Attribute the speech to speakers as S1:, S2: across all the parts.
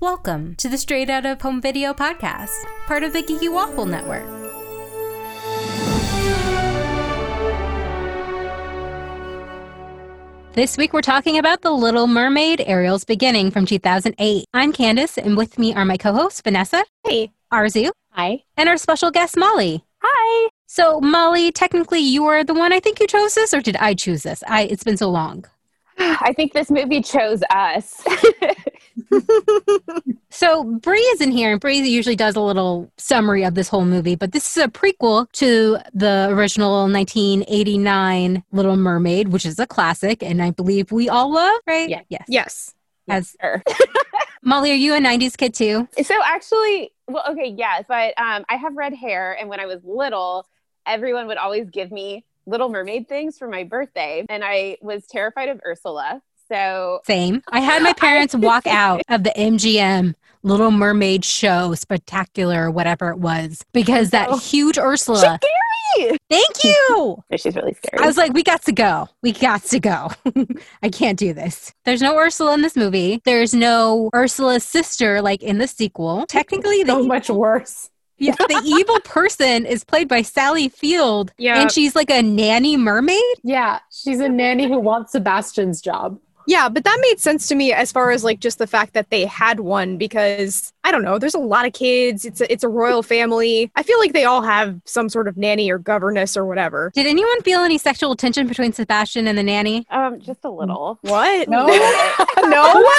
S1: Welcome to the Straight Out of Home Video Podcast, part of the Geeky Waffle Network. This week, we're talking about The Little Mermaid, Ariel's Beginning from 2008. I'm Candace, and with me are my co hosts, Vanessa,
S2: Hey.
S1: Arzu,
S2: Hi.
S1: and our special guest, Molly.
S2: Hi.
S1: So, Molly, technically, you are the one I think you chose this, or did I choose this? I, it's been so long.
S2: I think this movie chose us.
S1: So Bree is in here, and Bree usually does a little summary of this whole movie, but this is a prequel to the original 1989 Little Mermaid, which is a classic, and I believe we all love, right?
S2: Yeah.
S1: Yes.
S3: Yes.
S1: As
S2: Sure.
S1: Molly, are you a 90s kid too?
S2: so actually, well, okay, yes, but um, I have red hair, and when I was little, everyone would always give me Little Mermaid things for my birthday, and I was terrified of Ursula. So
S1: Same. I had my parents walk out of the MGM Little Mermaid show, spectacular, whatever it was, because that
S2: Oh.
S1: huge Ursula.
S2: scary!
S1: Thank you.
S2: No, she's really scary.
S1: I was like, we got to go. We got to go. I can't do this. There's no Ursula in this movie. There's no Ursula's sister like in the sequel. Technically, the, e-
S4: so much worse.
S1: yeah, the evil person is played by Sally Field,
S3: Yeah.
S1: and she's like a nanny mermaid.
S4: Yeah, she's a nanny who wants Sebastian's job.
S3: yeah, but that made sense to me as far as like just the fact that they had one because I don't know, there's a lot of kids. It's a, it's a royal family. I feel like they all have some sort of nanny or governess or whatever.
S1: Did anyone feel any sexual tension between Sebastian and the nanny?
S2: um, just a little.
S3: What?
S4: No.
S3: no.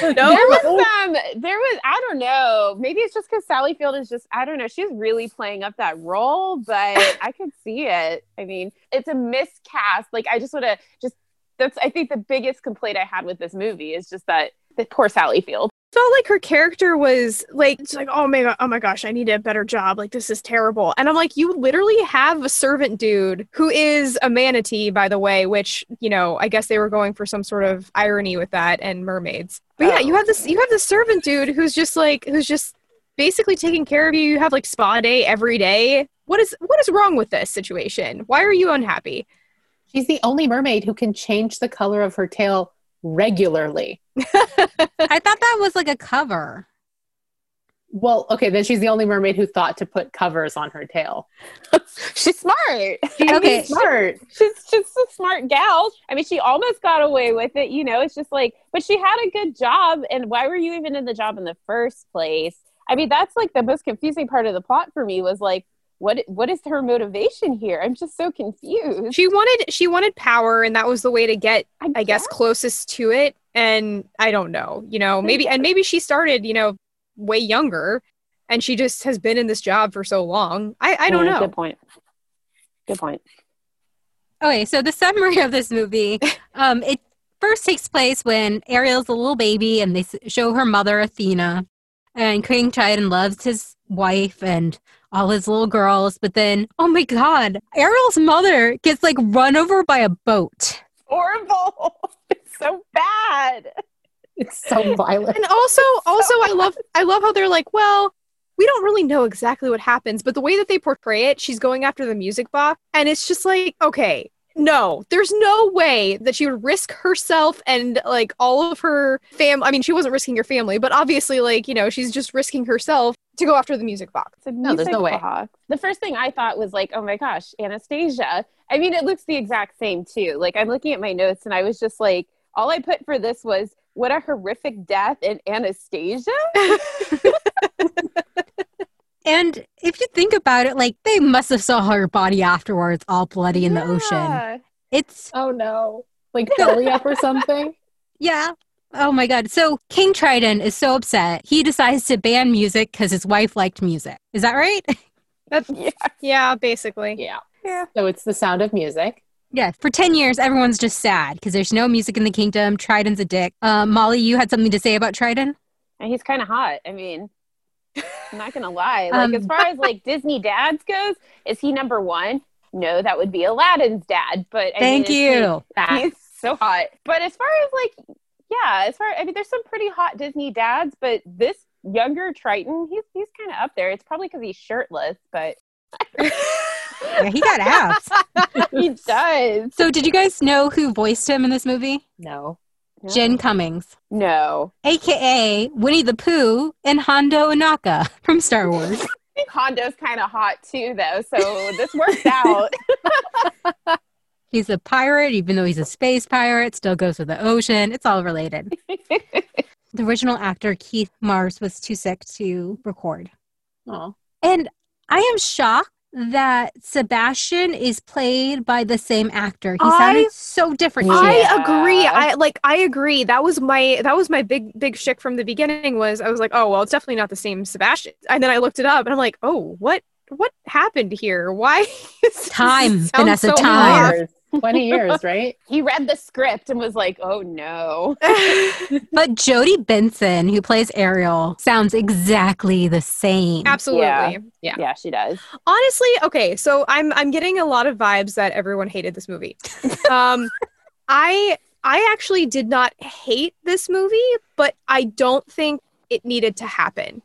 S2: There
S3: No.
S2: was some. There was. I don't know. Maybe it's just because Sally Field is just. I don't know. She's really playing up that role, but I could see it. I mean, it's a miscast. Like I just want to just. That's. I think the biggest complaint I had with this movie is just that the poor Sally Field.
S3: felt like her character was like it's like oh my god oh my gosh i need a better job like this is terrible and i'm like you literally have a servant dude who is a manatee by the way which you know i guess they were going for some sort of irony with that and mermaids but yeah you have this you have this servant dude who's just like who's just basically taking care of you you have like spa day every day what is what is wrong with this situation why are you unhappy
S4: She's the only mermaid who can change the color of her tail regularly.
S1: I thought that was like a cover.
S4: Well, okay, then she's the only mermaid who thought to put covers on her tail.
S2: She's smart.
S4: She's
S1: Okay.
S4: smart.
S2: She's just a smart gal. I mean, she almost got away with it. You know, it's just like, but she had a good job. And why were you even in the job in the first place? I mean, that's like the most confusing part of the plot for me was like, what what is her motivation here? I'm just so confused.
S3: she wanted she wanted power and that was the way to get I guess closest to it. And I don't know, you know, maybe and maybe she started, you know, way younger and she just has been in this job for so long. I, I don't
S2: Yeah,
S3: know.
S2: Good point. Good point.
S1: Okay, so the summary of this movie, um, it first takes place when Ariel's a little baby, and they s- show her mother Athena, and King Triton loves his wife and all his little girls. But then, oh my God, Ariel's mother gets like run over by a boat.
S2: Horrible. It's so bad.
S4: It's so violent.
S3: And also also I love I love how they're like, well, we don't really know exactly what happens, but the way that they portray it, she's going after the music box and it's just like, okay, no, there's no way that she would risk herself and like all of her fam I mean, she wasn't risking her family, but obviously like, you know, she's just risking herself to go after the music box.
S2: It's a
S4: No, there's
S2: music
S4: no way.
S2: box. The first thing I thought was like, oh my gosh, Anastasia. I mean, it looks the exact same too. Like I'm looking at my notes and I was just like, all I put for this was what a horrific death in Anastasia.
S1: And if you think about it, like they must have saw her body afterwards, all bloody in the ocean.
S2: Yeah.
S1: It's
S4: Oh no. Like belly up or something.
S1: Yeah. Oh my God. So King Triton is so upset. He decides to ban music because his wife liked music. Is that right?
S2: Yeah.
S3: Yeah, basically.
S4: Yeah.
S2: Yeah.
S4: So it's the sound of music.
S1: Yes. For 10 years, everyone's just sad because there's no music in the kingdom. Triton's a dick. Uh, Molly, you had something to say about Triton?
S2: And he's kind of hot. I mean, I'm not gonna lie. Like
S1: Um,
S2: as far as like Disney dads goes, is he number one? No, that would be Aladdin's dad. But I
S1: Thank
S2: mean, it's-
S1: you.
S2: He's so hot. But as far as like, yeah, as far I mean, there's some pretty hot Disney dads, but this younger Triton, he's he's kind of up there. It's probably because he's shirtless, but
S1: Yeah, he got abs.
S2: he does.
S1: so, did you guys know who voiced him in this movie?
S4: No.
S2: No.
S1: Jen Cummings,
S2: No.
S1: aka Winnie the Pooh and Hondo Anaka from Star Wars.
S2: I think Hondo's kind of hot too, though. So this worked out.
S1: He's a pirate, even though he's a space pirate, still goes with the ocean. It's all related. the original actor, Keith Mars, was too sick to record.
S4: Oh,
S1: And I am shocked that Sebastian is played by the same actor. He
S3: I-
S1: sounded so different. to me.
S3: I
S2: Yeah.
S3: agree. I like I agree. That was my that was my big big shtick from the beginning was I was like, oh well, it's definitely not the same Sebastian. And then I looked it up and I'm like, oh, what what happened here? Why is
S1: Time,
S3: sounds
S1: Vanessa,
S3: so
S1: time.
S3: off?
S4: years, twenty years, right?
S2: he read the script and was like, "Oh no."
S1: But Jodie Benson, who plays Ariel, sounds exactly the same.
S3: Absolutely.
S2: Yeah. Yeah, she does.
S3: Honestly, okay, so I'm I'm getting a lot of vibes that everyone hated this movie. um I I actually did not hate this movie, but I don't think it needed to happen.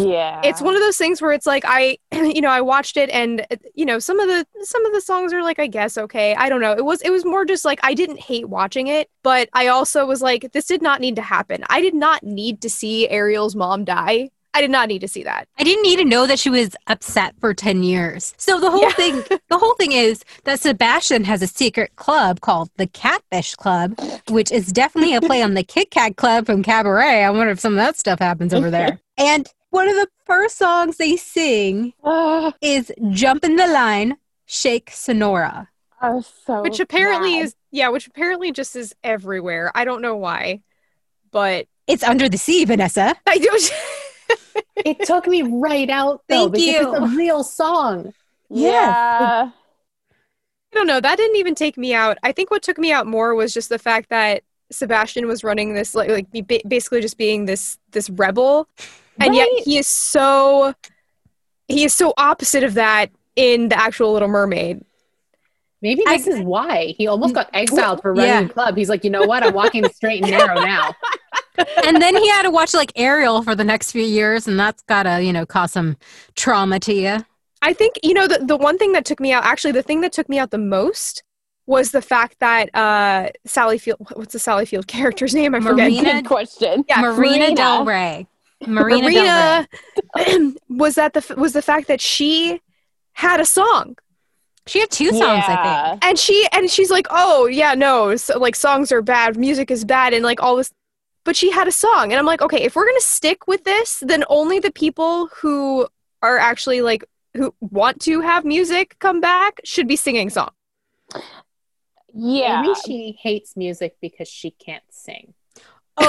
S2: Yeah.
S3: it's one of those things where it's like I, you know, I watched it and uh, you know some of the some of the songs are like I guess okay. I don't know. It was it was more just like I didn't hate watching it, but I also was like this did not need to happen. I did not need to see Ariel's mom die. I did not need to see that.
S1: I didn't need to know that she was upset for 10 years. So the whole
S3: Yeah.
S1: thing the whole thing is that Sebastian has a secret club called the Catfish Club, which is definitely a play on the Kit Kat Club from Cabaret. I wonder if some of that stuff happens over there. And one of the first songs they sing
S2: Oh,
S1: is Jump in the Line, Shake Sonora.
S2: I was so
S3: Which apparently
S2: mad.
S3: is yeah, which apparently just is everywhere. I don't know why, but
S1: It's under the sea, Vanessa.
S3: I do.
S4: It took me right out though
S1: Thank
S4: because
S1: you.
S4: it's a real song.
S1: Yes.
S2: Yeah.
S3: I don't know. That didn't even take me out. I think what took me out more was just the fact that Sebastian was running this like like be- ba- basically just being this this rebel, and
S2: Right.
S3: yet he is so he is so opposite of that in the actual Little Mermaid.
S4: Maybe
S1: I-
S4: this is why he almost got exiled for running
S1: Yeah.
S4: the club. He's like, you know what? I'm walking the straight and narrow now.
S1: and then he had to watch like Ariel for the next few years, and that's gotta, you know, cause some trauma to you.
S3: I think you know the the one thing that took me out actually the thing that took me out the most was the fact that uh Sally Field what's the Sally Field character's name I forget
S1: Marina-
S2: Good question.
S3: Yeah,
S1: Marina,
S2: Marina.
S1: Del Rey. Marina, Del Rey.
S3: Marina was that the f- was the fact that she had a song
S1: She had two songs, I think.
S3: and she and she's like oh yeah no so, like songs are bad music is bad and like all this but she had a song and i'm like okay if we're gonna stick with this then only the people who are actually like who want to have music come back should be singing songs
S2: Yeah.
S4: Maybe she hates music because she can't sing.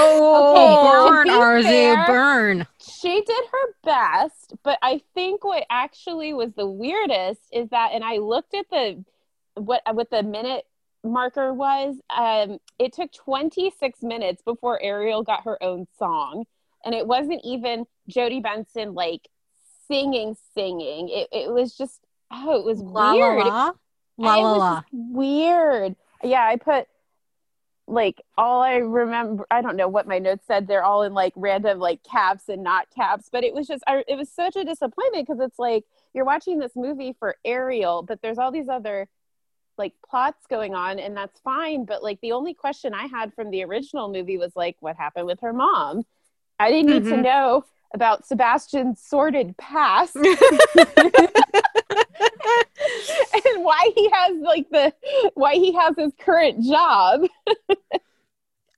S1: Oh,
S2: Okay,
S1: burn,
S2: now, to
S1: Arzu,
S2: be fair-
S1: burn.
S2: she did her best, but I think what actually was the weirdest is that, and I looked at the what what the minute marker was. Um, it took 26 minutes before Ariel got her own song, and it wasn't even Jodie Benson like singing, singing. It it was just oh, it was
S1: La la
S2: weird.
S1: la. La
S2: It
S1: la
S2: was
S1: la.
S2: just Weird. Yeah, I put like all I remember. I don't know what my notes said. They're all in like random like caps and not caps. But it was just, I, it was such a disappointment because it's like you're watching this movie for Ariel, but there's all these other like plots going on, and that's fine. But like the only question I had from the original movie was like, what happened with her mom? I didn't need to
S3: Mhm.
S2: know about Sebastian's sordid past and why he has like the why he has his current job.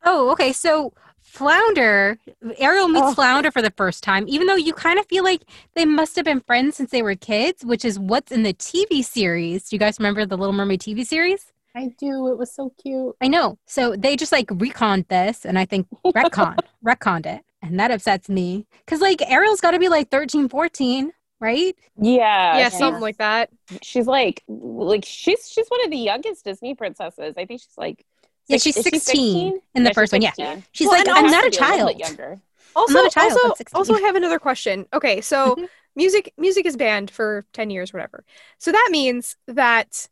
S1: Oh, okay. So Flounder, Ariel meets
S2: Oh.
S1: Flounder for the first time, even though you kind of feel like they must have been friends since they were kids, which is what's in the TV series. Do you guys remember the Little Mermaid TV series?
S4: I do. It was so cute.
S1: I know. So they just like reconned this, and I think retcon, retconned it. And that upsets me. Cause like Ariel's got to be like 13, 14, right?
S2: Yeah.
S3: yeah
S2: she's-
S3: something like that
S2: She's like like she's she's one of the youngest Disney princesses. I think she's like
S1: Yeah,
S2: six-
S1: she's
S2: is she
S1: 16, in the
S2: Yeah, she's
S1: first one. Yeah.
S2: 16.
S1: She's
S3: Well,
S1: like,
S3: and
S1: I'm
S2: Has
S1: not
S2: to
S1: a
S2: be little bit
S1: child.
S2: younger.
S3: also
S1: Not a child,
S3: also
S1: I'm 16.
S3: also i have another question okay so
S1: Mhm.
S3: music music is banned for 10 years whatever so that means that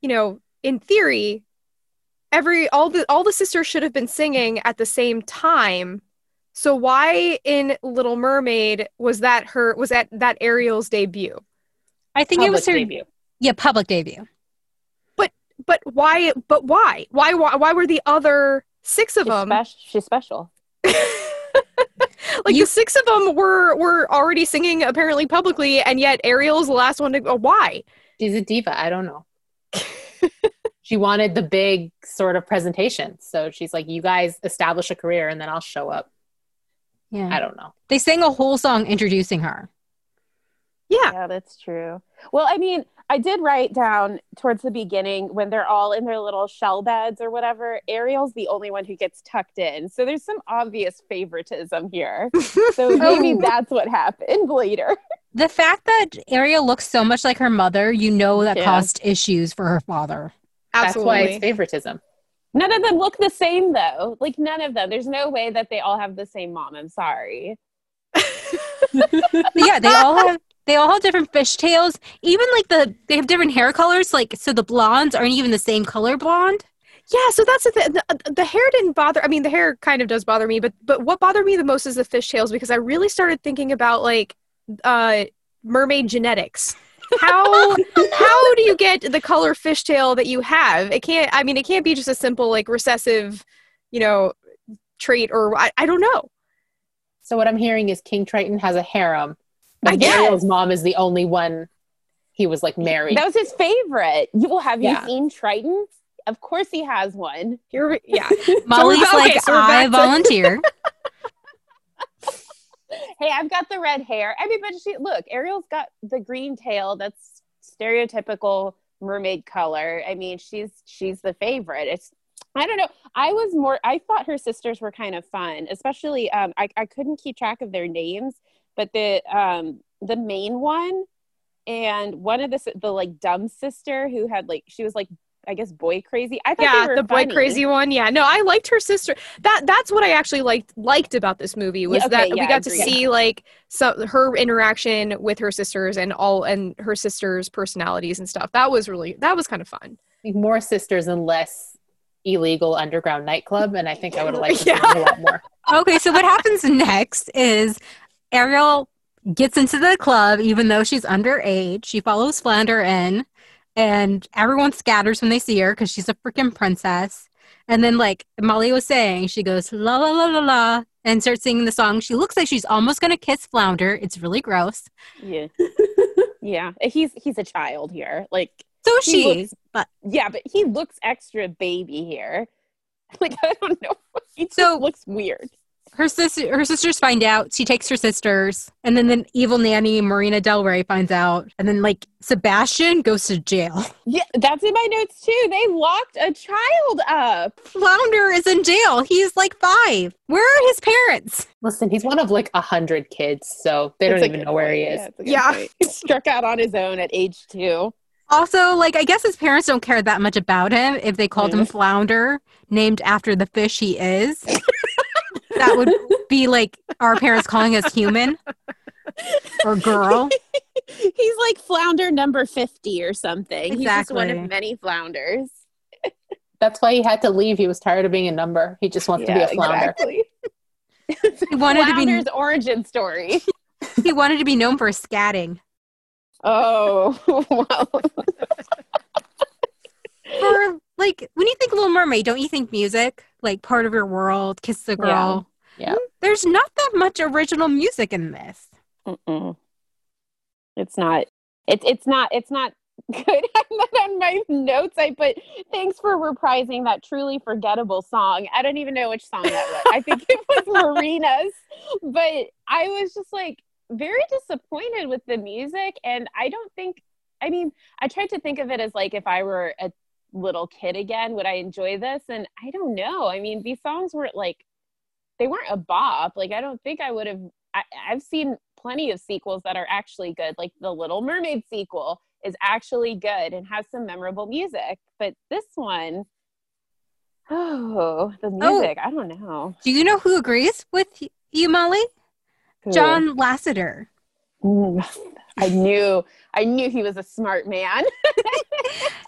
S3: you know in theory every all the all the sisters should have been singing at the same time so why in little mermaid was that her was that that ariel's debut
S1: I think it was her.
S4: Public debut.
S1: Yeah, public debut.
S3: but why but why? why why why were the other six of
S2: She's,
S3: them.
S2: spec- she's special.
S3: Like
S1: You-
S3: the six of them were were already singing apparently publicly, and yet Ariel's the last one to go. Why?
S4: She's a diva. I don't know. she wanted the big sort of presentation. So she's like, you guys establish a career and then I'll show up.
S1: Yeah.
S4: I don't know.
S1: They sang a whole song introducing her.
S3: Yeah.
S2: Yeah, that's true. Well, I mean, I did write down towards the beginning when they're all in their little shell beds or whatever, Ariel's the only one who gets tucked in. So there's some obvious favoritism here. So maybe that's what happened later.
S1: The fact that Ariel looks so much like her mother, you know that
S2: Yeah.
S1: caused issues for her father.
S3: Absolutely.
S4: That's why it's favoritism.
S2: None of them look the same though. Like none of them. There's no way that they all have the same mom. I'm sorry.
S1: yeah, they all have they all have different fishtails. Even like the they have different hair colors. Like so, the blondes aren't even the same color blonde.
S3: Yeah, so that's the thing. The, uh, the hair didn't bother. I mean, the hair kind of does bother me, but but what bothered me the most is the fishtails because I really started thinking about like uh, mermaid genetics. How how do you get the color fishtail that you have? It can't. I mean, it can't be just a simple like recessive, you know, trait or I, I don't know.
S4: So what I'm hearing is King Triton has a harem. But
S3: I guess.
S4: Ariel's mom is the only one he was like married.
S2: That was his favorite. You will have
S4: Yeah.
S2: you seen Triton? Of course he has one.
S3: You're yeah.
S1: Molly's
S3: back-
S1: like,
S3: okay, so we're
S1: I
S3: back to-
S1: volunteer.
S2: Hey, I've got the red hair. I mean, but she look, Ariel's got the green tail. That's stereotypical mermaid color. I mean, she's she's the favorite. It's I don't know. I was more. I thought her sisters were kind of fun, especially. Um, I I couldn't keep track of their names, but the um the main one and one of the si- the like dumb sister who had like she was like I guess boy crazy. I thought
S3: yeah,
S2: they were
S3: the boy
S2: funny.
S3: crazy one. Yeah, no, I liked her sister. That that's what I actually liked liked about this movie was
S2: okay,
S3: that
S2: yeah,
S3: we got to
S2: agreed.
S3: see like so her interaction with her sisters and all and her sisters' personalities and stuff. That was really that was kind of fun.
S4: more sisters and less illegal underground nightclub. And I think I would have liked this
S3: Yeah.
S4: one a lot more.
S1: okay, so what happens next is Ariel gets into the club, even though she's underage. She follows Flounder in, and everyone scatters when they see her because she's a freaking princess. And then, like Molly was saying, she goes la la la la la and starts singing the song. She looks like she's almost gonna kiss Flounder. It's really gross.
S2: Yeah, yeah. He's he's a child here. Like
S1: So
S2: He
S1: she,
S2: looks-
S1: but
S2: Yeah, but he looks extra baby here. Like I don't know. He just
S1: So-
S2: looks weird.
S1: her sister, her sisters find out. She takes her sisters, and then the evil nanny Marina Del Rey finds out, and then like Sebastian goes to jail.
S2: Yeah, that's in my notes too. They locked a child up.
S1: Flounder is in jail. He's like five. Where are his parents?
S4: Listen, he's one of like a hundred kids, so they
S2: It's
S4: don't
S2: a
S4: even
S2: good
S4: know where
S2: point.
S4: he is.
S2: Yeah, it's a good
S3: Yeah.
S2: point. he struck out on his own at age two.
S1: Also, like, I guess his parents don't care that much about him if they called him Flounder, named after the fish he is. that would be like our parents calling us human or girl.
S2: He's like flounder number fifty or something. He's just one
S1: Exactly.
S2: of many flounders.
S4: That's why he had to leave. He was tired of being a number. He just wants to be
S2: Yeah,
S4: a flounder.
S2: Exactly.
S1: He wanted to
S2: Flounder's
S1: be
S2: origin story.
S1: he wanted to be known for scatting.
S2: Oh wow.
S1: For like when you think Little Mermaid, don't you think music? Like part of your world, kiss the girl.
S4: Yeah.
S1: There's not that much original music in this.
S2: Mm-mm. It's not. It's it's not. It's not good. And then on my notes, I put thanks for reprising that truly forgettable song. I don't even know which song that was. I think it was Marina's, but I was just like very disappointed with the music, and I don't think. I mean, I tried to think of it as like if I were a little kid again, would I enjoy this? And I don't know. I mean, these songs weren't like they weren't a bop. Like I don't think I would have I, I've seen plenty of sequels that are actually good. Like the Little Mermaid sequel is actually good and has some memorable music. But this one, oh, the music, I don't know.
S1: Do you know who agrees with y- you, Molly? John Lasseter.
S2: Mm. I knew, I knew he was a smart man.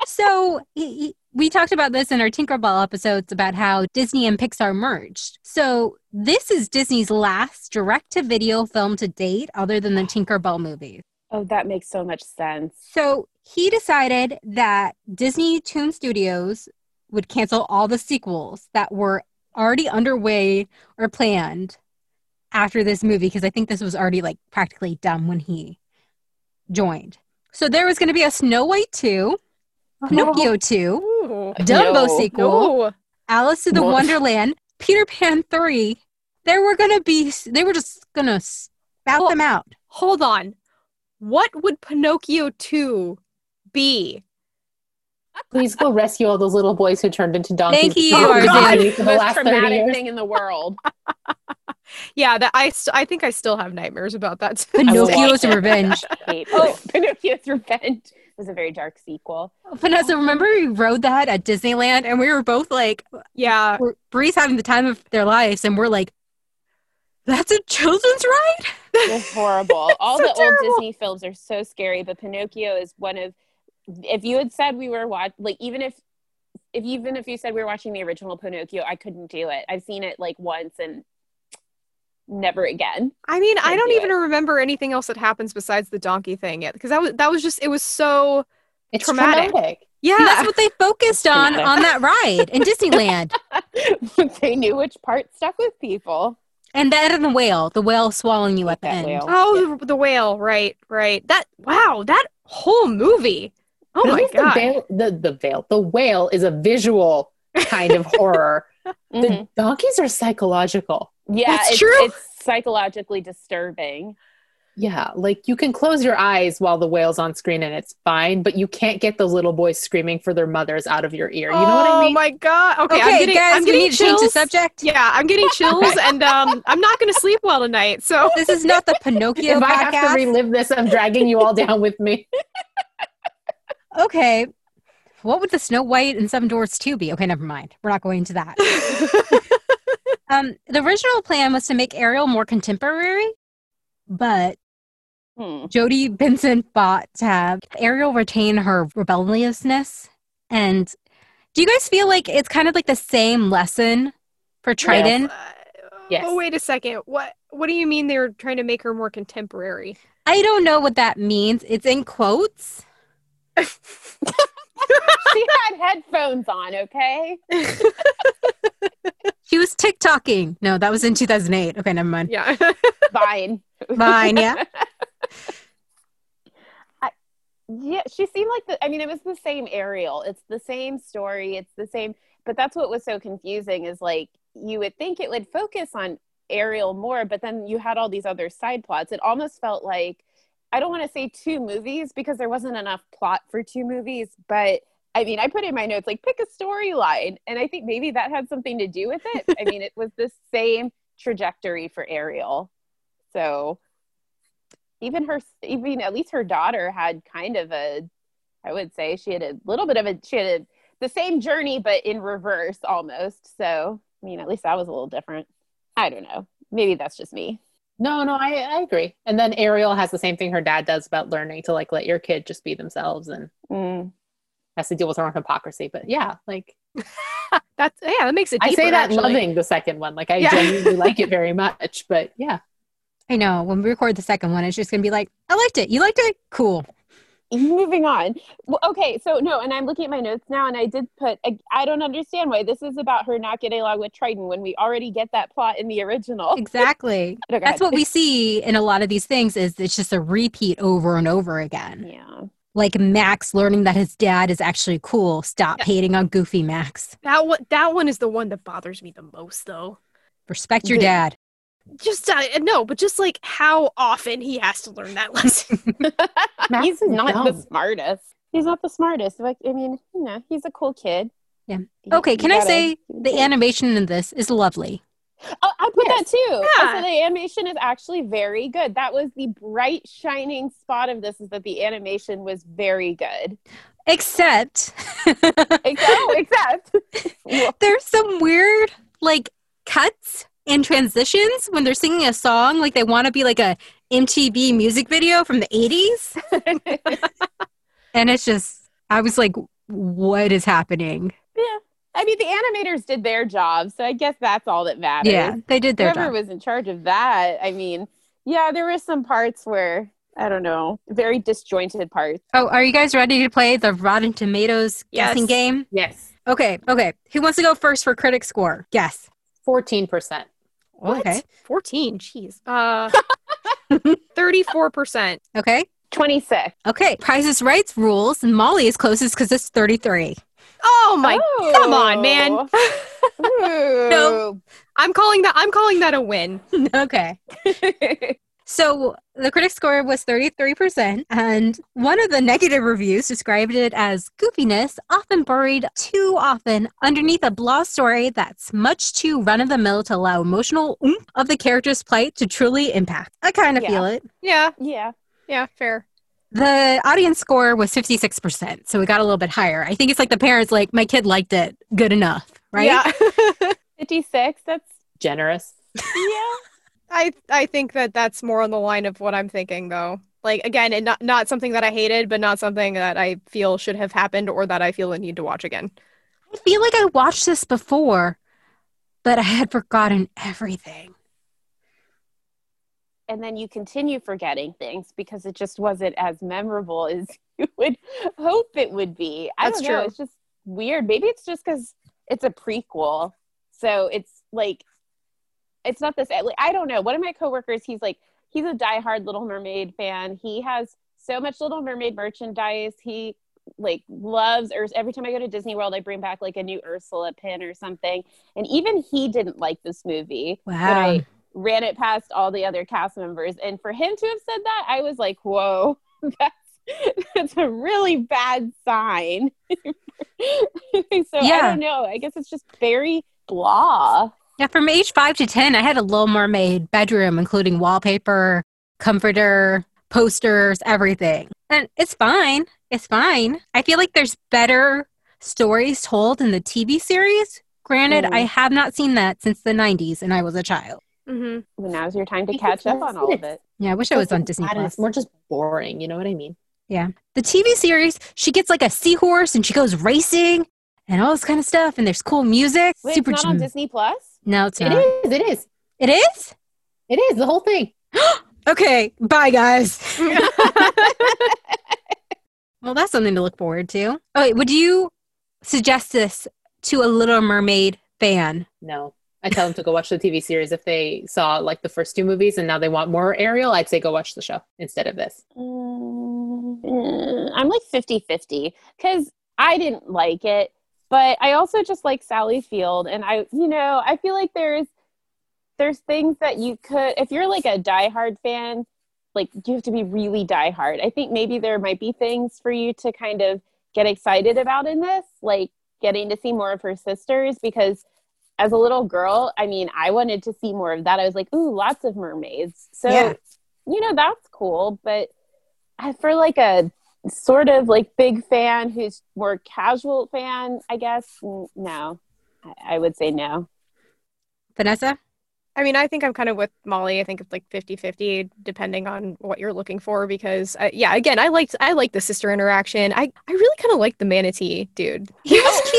S1: So he, he- we talked about this in our Tinkerbell episodes about how Disney and Pixar merged. So this is Disney's last direct to video film to date, other than the Tinkerbell movies.
S2: Oh, that makes so much sense.
S1: So he decided that Disney Toon Studios would cancel all the sequels that were already underway or planned after this movie because I think this was already like practically done when he joined. So there was going to be a Snow White 2,
S2: Uh-huh.
S1: Pinocchio 2,
S3: Ooh.
S1: Dumbo
S2: No.
S1: sequel,
S3: No.
S1: Alice in the
S4: Wha-
S1: Wonderland, Peter Pan 3. There were going to be, they were just going to spout
S3: Well-
S1: them out.
S3: Hold on. What would Pinocchio 2 be?
S4: Please go rescue all those little boys who turned into donkeys.
S1: Thank you,
S4: Oh,
S1: Arzu.
S4: God.
S2: It's
S4: for
S2: the
S4: the
S2: most
S4: last 30
S2: traumatic
S4: years.
S2: thing in the world.
S3: Yeah, that I st- I think I still have nightmares about that. too.
S4: will
S1: Pinocchio's
S4: watch it.
S1: Revenge.
S2: oh, Pinocchio's Revenge was a very dark sequel.
S1: Vanessa, remember we rode that at Disneyland and we were both like,
S3: yeah.
S1: we're- Bree's having the time of their lives, and we're like, that's a children's ride?
S2: It was horrible. All
S3: so
S2: the
S3: terrible.
S2: old Disney films are so scary, but Pinocchio is one of. If you had said we were watching, like even if, if even if you said we were watching the original Pinocchio, I couldn't do it. I've seen it like once and never again.
S3: I mean, I
S2: Can't
S3: don't
S2: do
S3: even
S2: it.
S3: remember anything else that happens besides the donkey thing yet because that was that was just it was so
S4: It's
S3: Traumatic.
S4: traumatic.
S3: yeah.
S1: And that's what they focused on
S2: traumatic.
S1: on that ride in Disneyland.
S2: they knew which part stuck with people.
S1: and that and the whale, the whale swallowing you at the
S2: That
S1: end.
S2: whale.
S3: oh, the, the whale, right, right. That wow, that whole movie. Oh
S4: At
S3: my
S4: least
S3: god.
S4: The, veil, the, the veil, the whale is a visual kind of horror.
S2: Mhm.
S4: The donkeys are psychological.
S2: Yeah,
S3: That's
S2: it's,
S3: true.
S2: It's psychologically disturbing.
S4: Yeah, like you can close your eyes while the whale's on screen and it's fine, but you can't get the little boys screaming for their mothers out of your ear. You know what
S3: Oh
S4: I mean?
S3: my god. Okay,
S1: Okay,
S3: I'm getting,
S1: guys,
S3: I'm
S1: we
S3: getting
S1: need to
S3: chills.
S1: change the subject.
S3: Yeah, I'm getting chills, and um, I'm not going to sleep well tonight. So
S1: This is not the Pinocchio
S4: if I have
S1: podcast.
S4: to relive this, I'm dragging you all down with me.
S1: okay. What would the Snow White and Seven Dwarfs 2 be? Okay, never mind. We're not going to that. Um, the original plan was to make Ariel more contemporary, but
S2: Hmm.
S1: Jodie Benson fought to have Ariel retain her rebelliousness. And do you guys feel like it's kind of like the same lesson for Triton?
S4: Yes.
S3: Oh, wait a second. What What do you mean they were trying to make her more contemporary?
S1: I don't know what that means. It's in quotes.
S2: she had headphones on. Okay.
S1: She was TikToking. No, that was in 2008. Okay, never mind.
S3: Yeah.
S2: Fine.
S1: Fine, yeah.
S2: Yeah, she seemed like the. I mean, it was the same Ariel. It's the same story. It's the same. But that's what was so confusing is like you would think it would focus on Ariel more, but then you had all these other side plots. It almost felt like I don't want to say two movies because there wasn't enough plot for two movies. But I mean, I put in my notes like pick a storyline, and I think maybe that had something to do with it. I mean, it was the same trajectory for Ariel, so even her even at least her daughter had kind of a i would say she had a little bit of a she had a, the same journey but in reverse almost so i mean at least that was a little different i don't know maybe that's just me
S4: No, no, I, I agree. And then Ariel has the same thing her dad does about learning to like let your kid just be themselves and
S2: Mm.
S4: has to deal with her own hypocrisy. But yeah, like
S3: That's yeah. That makes it.
S4: I say
S3: deeper,
S4: that
S3: actually.
S4: loving the second one. Like I
S3: Yeah.
S4: genuinely like it very much. But yeah,
S1: I know. When we record the second one, it's just going to be like, I liked it. You liked it? Cool.
S2: moving on well, okay so no and i'm looking at my notes now and i did put I, I don't understand why this is about her not getting along with triton when we already get that plot in the original
S1: Exactly.
S2: Okay.
S1: That's what we see in a lot of these things is it's just a repeat over and over again.
S2: yeah
S1: Like Max learning that his dad is actually cool. Stop
S3: Yeah.
S1: hating on goofy Max.
S3: That one. That one is the one that bothers me the most, though.
S1: Respect your
S2: Yeah.
S1: dad.
S3: Just uh, no, but just like how often he has to learn that lesson.
S4: Max
S2: he's
S4: is
S2: not
S4: dumb.
S2: the smartest. He's not the smartest. Like I mean, you know, he's a cool kid.
S1: Yeah.
S2: You-
S1: Okay,
S2: you
S1: can I
S2: gotta-
S1: say the animation in this is lovely?
S2: Oh, I put that too. I
S3: Yeah.
S2: said the animation is actually very good. That was the bright shining spot of this is that the animation was very good.
S1: Except
S2: Except, except
S1: there's some weird like cuts and transitions when they're singing a song like they want to be like a MTV music video from the 80s and it's just I was like what is happening?
S2: I mean, the animators did their job, so I guess that's all that matters.
S1: Yeah, they did their
S2: Whoever
S1: job.
S2: was in charge of that, I mean, yeah, there were some parts where I don't know, very disjointed parts.
S1: Oh, are you guys ready to play the Rotten Tomatoes
S3: Yes.
S1: guessing game?
S4: Yes.
S1: Okay, okay. Who wants to go first for critic score? Guess.
S4: 14%.
S1: Okay.
S3: 14. Jeez. Uh, 34%.
S1: Okay.
S2: 26.
S1: Okay. Price is Rights rules. and Molly is closest because it's 33.
S3: Oh my. come on, man.
S2: Oh. no.
S3: I'm calling that I'm calling that a win.
S1: okay. So the critic score was 33%, and one of the negative reviews described it as goofiness, often buried too often underneath a blah story that's much too run of the mill to allow emotional oomph of the character's plight to truly impact. I kind of
S2: Yeah.
S1: feel it.
S3: Yeah.
S2: yeah.
S3: Yeah, fair.
S1: The audience score was 56%, so we got a little bit higher. I think it's like the parents, like, my kid liked it, good enough, right?
S3: Yeah.
S2: 56. That's,
S4: Generous.
S2: yeah.
S3: I I think that that's more on the line of what I'm thinking though. Like again, and not not something that I hated, but not something that I feel should have happened or that I feel the need to watch again.
S1: I feel like I watched this before, but I had forgotten everything.
S2: and then you continue forgetting things because it just wasn't as memorable as you would hope it would be. I
S3: That's
S2: don't know.
S3: true.
S2: It's just weird. Maybe it's just because it's a prequel, so it's like it's not this. Like, I don't know. One of my coworkers, he's like he's a diehard Little Mermaid fan. He has so much Little Mermaid merchandise. He like loves Urs. Every time I go to Disney World, I bring back like a new Ursula pin or something. And even he didn't like this movie when
S1: Wow.
S2: I ran it past all the other cast members. And for him to have said that, I was like, whoa, that's, that's a really bad sign. so I
S1: Yeah.
S2: don't know. I guess it's just very blah.
S1: Yeah, from age five to 10, I had a Little Mermaid bedroom, including wallpaper, comforter, posters, everything. And it's fine. It's fine. I feel like there's better stories told in the TV series. Granted,
S2: Mm.
S1: I have not seen that since the 90s and I was a child.
S3: Mm-hmm.
S2: Well, now's your time to
S4: Because
S2: catch up on
S4: that's
S2: all of
S4: it.
S2: it.
S1: Yeah, I wish I was on Disney
S4: I don't know,
S1: Plus.
S4: It's more just boring. You know what I mean?
S1: The TV series, she gets like a seahorse and she goes racing and all this kind of stuff. And there's cool music.
S2: Wait,
S1: Super
S2: it's not on
S1: gem-
S2: Disney Plus?
S1: No, it's
S4: It
S1: not.
S4: is. It is.
S1: It is?
S4: It is the whole thing.
S1: Okay. Bye, guys. Well, that's something to look forward to. Oh, wait, would you suggest this to a Little Mermaid fan?
S4: No. I tell them to go watch the TV series if they saw like the first two movies and now they want more Ariel. I'd say go watch the show instead of this.
S2: Mm, mm, I'm like 50 50 because I didn't like it, but I also just like Sally Field. And I, you know, I feel like there's there's things that you could, if you're like a diehard fan, like you have to be really diehard. I think maybe there might be things for you to kind of get excited about in this, like getting to see more of her sisters because as a little girl, I mean, I wanted to see more of that. I was like, ooh, lots of mermaids. So,
S1: Yeah.
S2: you know, that's cool. But I- for like a sort of like big fan who's more casual fan, I guess, n- no, I, I would say no.
S1: Vanessa?
S3: I mean, I think I'm kind of with Molly. I think it's like 50-50 depending on what you're looking for because uh, yeah, again, I liked I liked the sister interaction. I I really kind of liked the manatee dude.
S1: He was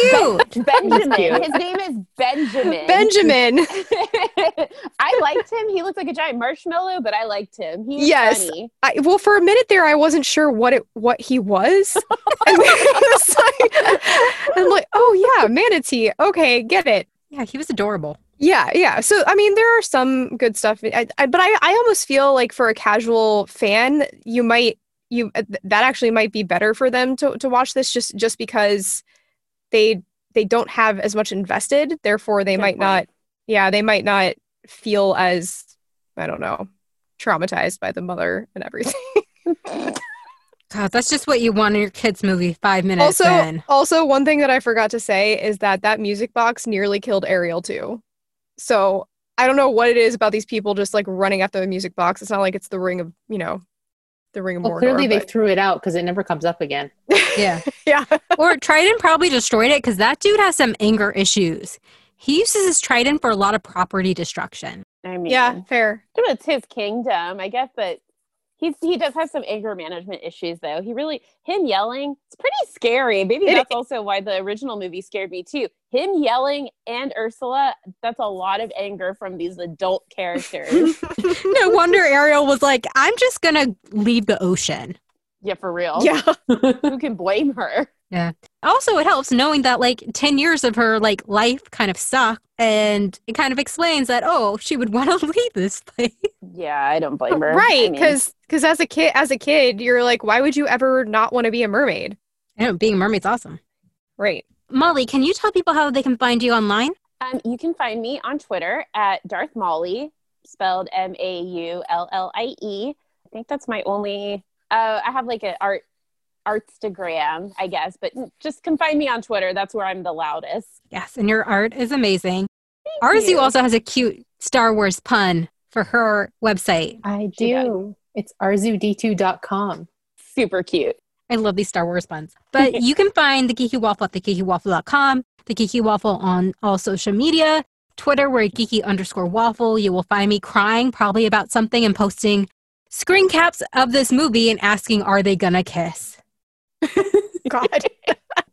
S1: cute.
S2: Benjamin. His name is Benjamin.
S3: Benjamin.
S2: I liked him. He looked like a giant marshmallow, but I liked him. He was
S3: Yes.
S2: funny.
S3: I, well, for a minute there, I wasn't sure what it what he was. and it's like, I'm like, oh yeah, manatee. Okay, get it.
S1: yeah, he was adorable.
S3: Yeah, yeah. So I mean, there are some good stuff, I, I, but I I almost feel like for a casual fan, you might you uh, th- that actually might be better for them to to watch this just just because they they don't have as much invested, therefore they
S2: Good
S3: might
S2: point.
S3: not. Yeah, they might not feel as I don't know traumatized by the mother and everything.
S1: God, that's just what you want in your kids' movie, five minutes
S3: also
S1: in.
S3: also one thing that i forgot to say is that that music box nearly killed ariel too so i don't know what it is about these people just like running after the music box it's not like it's the ring of you know the ring of
S4: Well,
S3: Mordor,
S4: clearly they
S3: but-
S4: threw it out because it never comes up again.
S1: Yeah.
S3: yeah
S1: or Trident probably destroyed it because that dude has some anger issues. He uses his Trident for a lot of property destruction.
S2: I mean,
S3: yeah fair
S2: I mean, it's his kingdom, I guess, but he's he does have some anger management issues though. He really him yelling, it's pretty scary. Maybe
S3: It-
S2: that's also why the original movie scared me too. Him yelling and Ursula, that's a lot of anger from these adult characters.
S1: No wonder Ariel was like, I'm just going to leave the ocean.
S2: yeah, for real.
S3: yeah
S2: Who can blame her?
S1: Also, it helps knowing that like 10 years of her like life kind of sucked and it kind of explains that oh, she would want to leave this place.
S2: Yeah, I don't blame her.
S3: right?
S2: I mean,
S3: Because because as a kid, as a kid, you're like, why would you ever not want to be a mermaid?
S1: I know being a mermaid's awesome.
S3: Right.
S1: Molly, can you tell people how they can find you online?
S2: um, you can find me on Twitter at Darth Molly, spelled M A U L L I E. I think that's my only. Uh, I have like an art artstagram, I guess, but just can find me on Twitter. That's where I'm the loudest.
S1: Yes, and your art is amazing.
S2: Thank
S1: Arzu
S2: you.
S1: also has a cute Star Wars pun for her website.
S4: I
S2: She does.
S4: do. It's rzud2.com.
S2: super cute.
S1: I love these Star Wars puns. But you can find the Geeky Waffle at thegeekywaffle.com, the Geeky Waffle on all social media, Twitter, where geeky underscore waffle. You will find me crying probably about something and posting screen caps of this movie and asking, are they gonna kiss?
S3: God,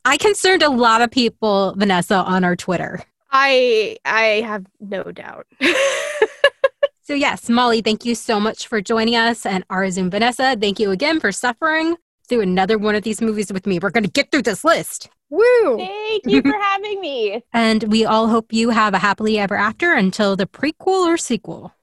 S1: I concerned a lot of people, Vanessa, on our Twitter.
S3: I I have no doubt.
S1: So, yes, Molly, thank you so much for joining us. And Arzu and Vanessa, thank you again for suffering through another one of these movies with me. We're going to get through this list.
S3: Woo!
S2: Thank you for having me.
S1: And we all hope you have a happily ever after until the prequel or sequel.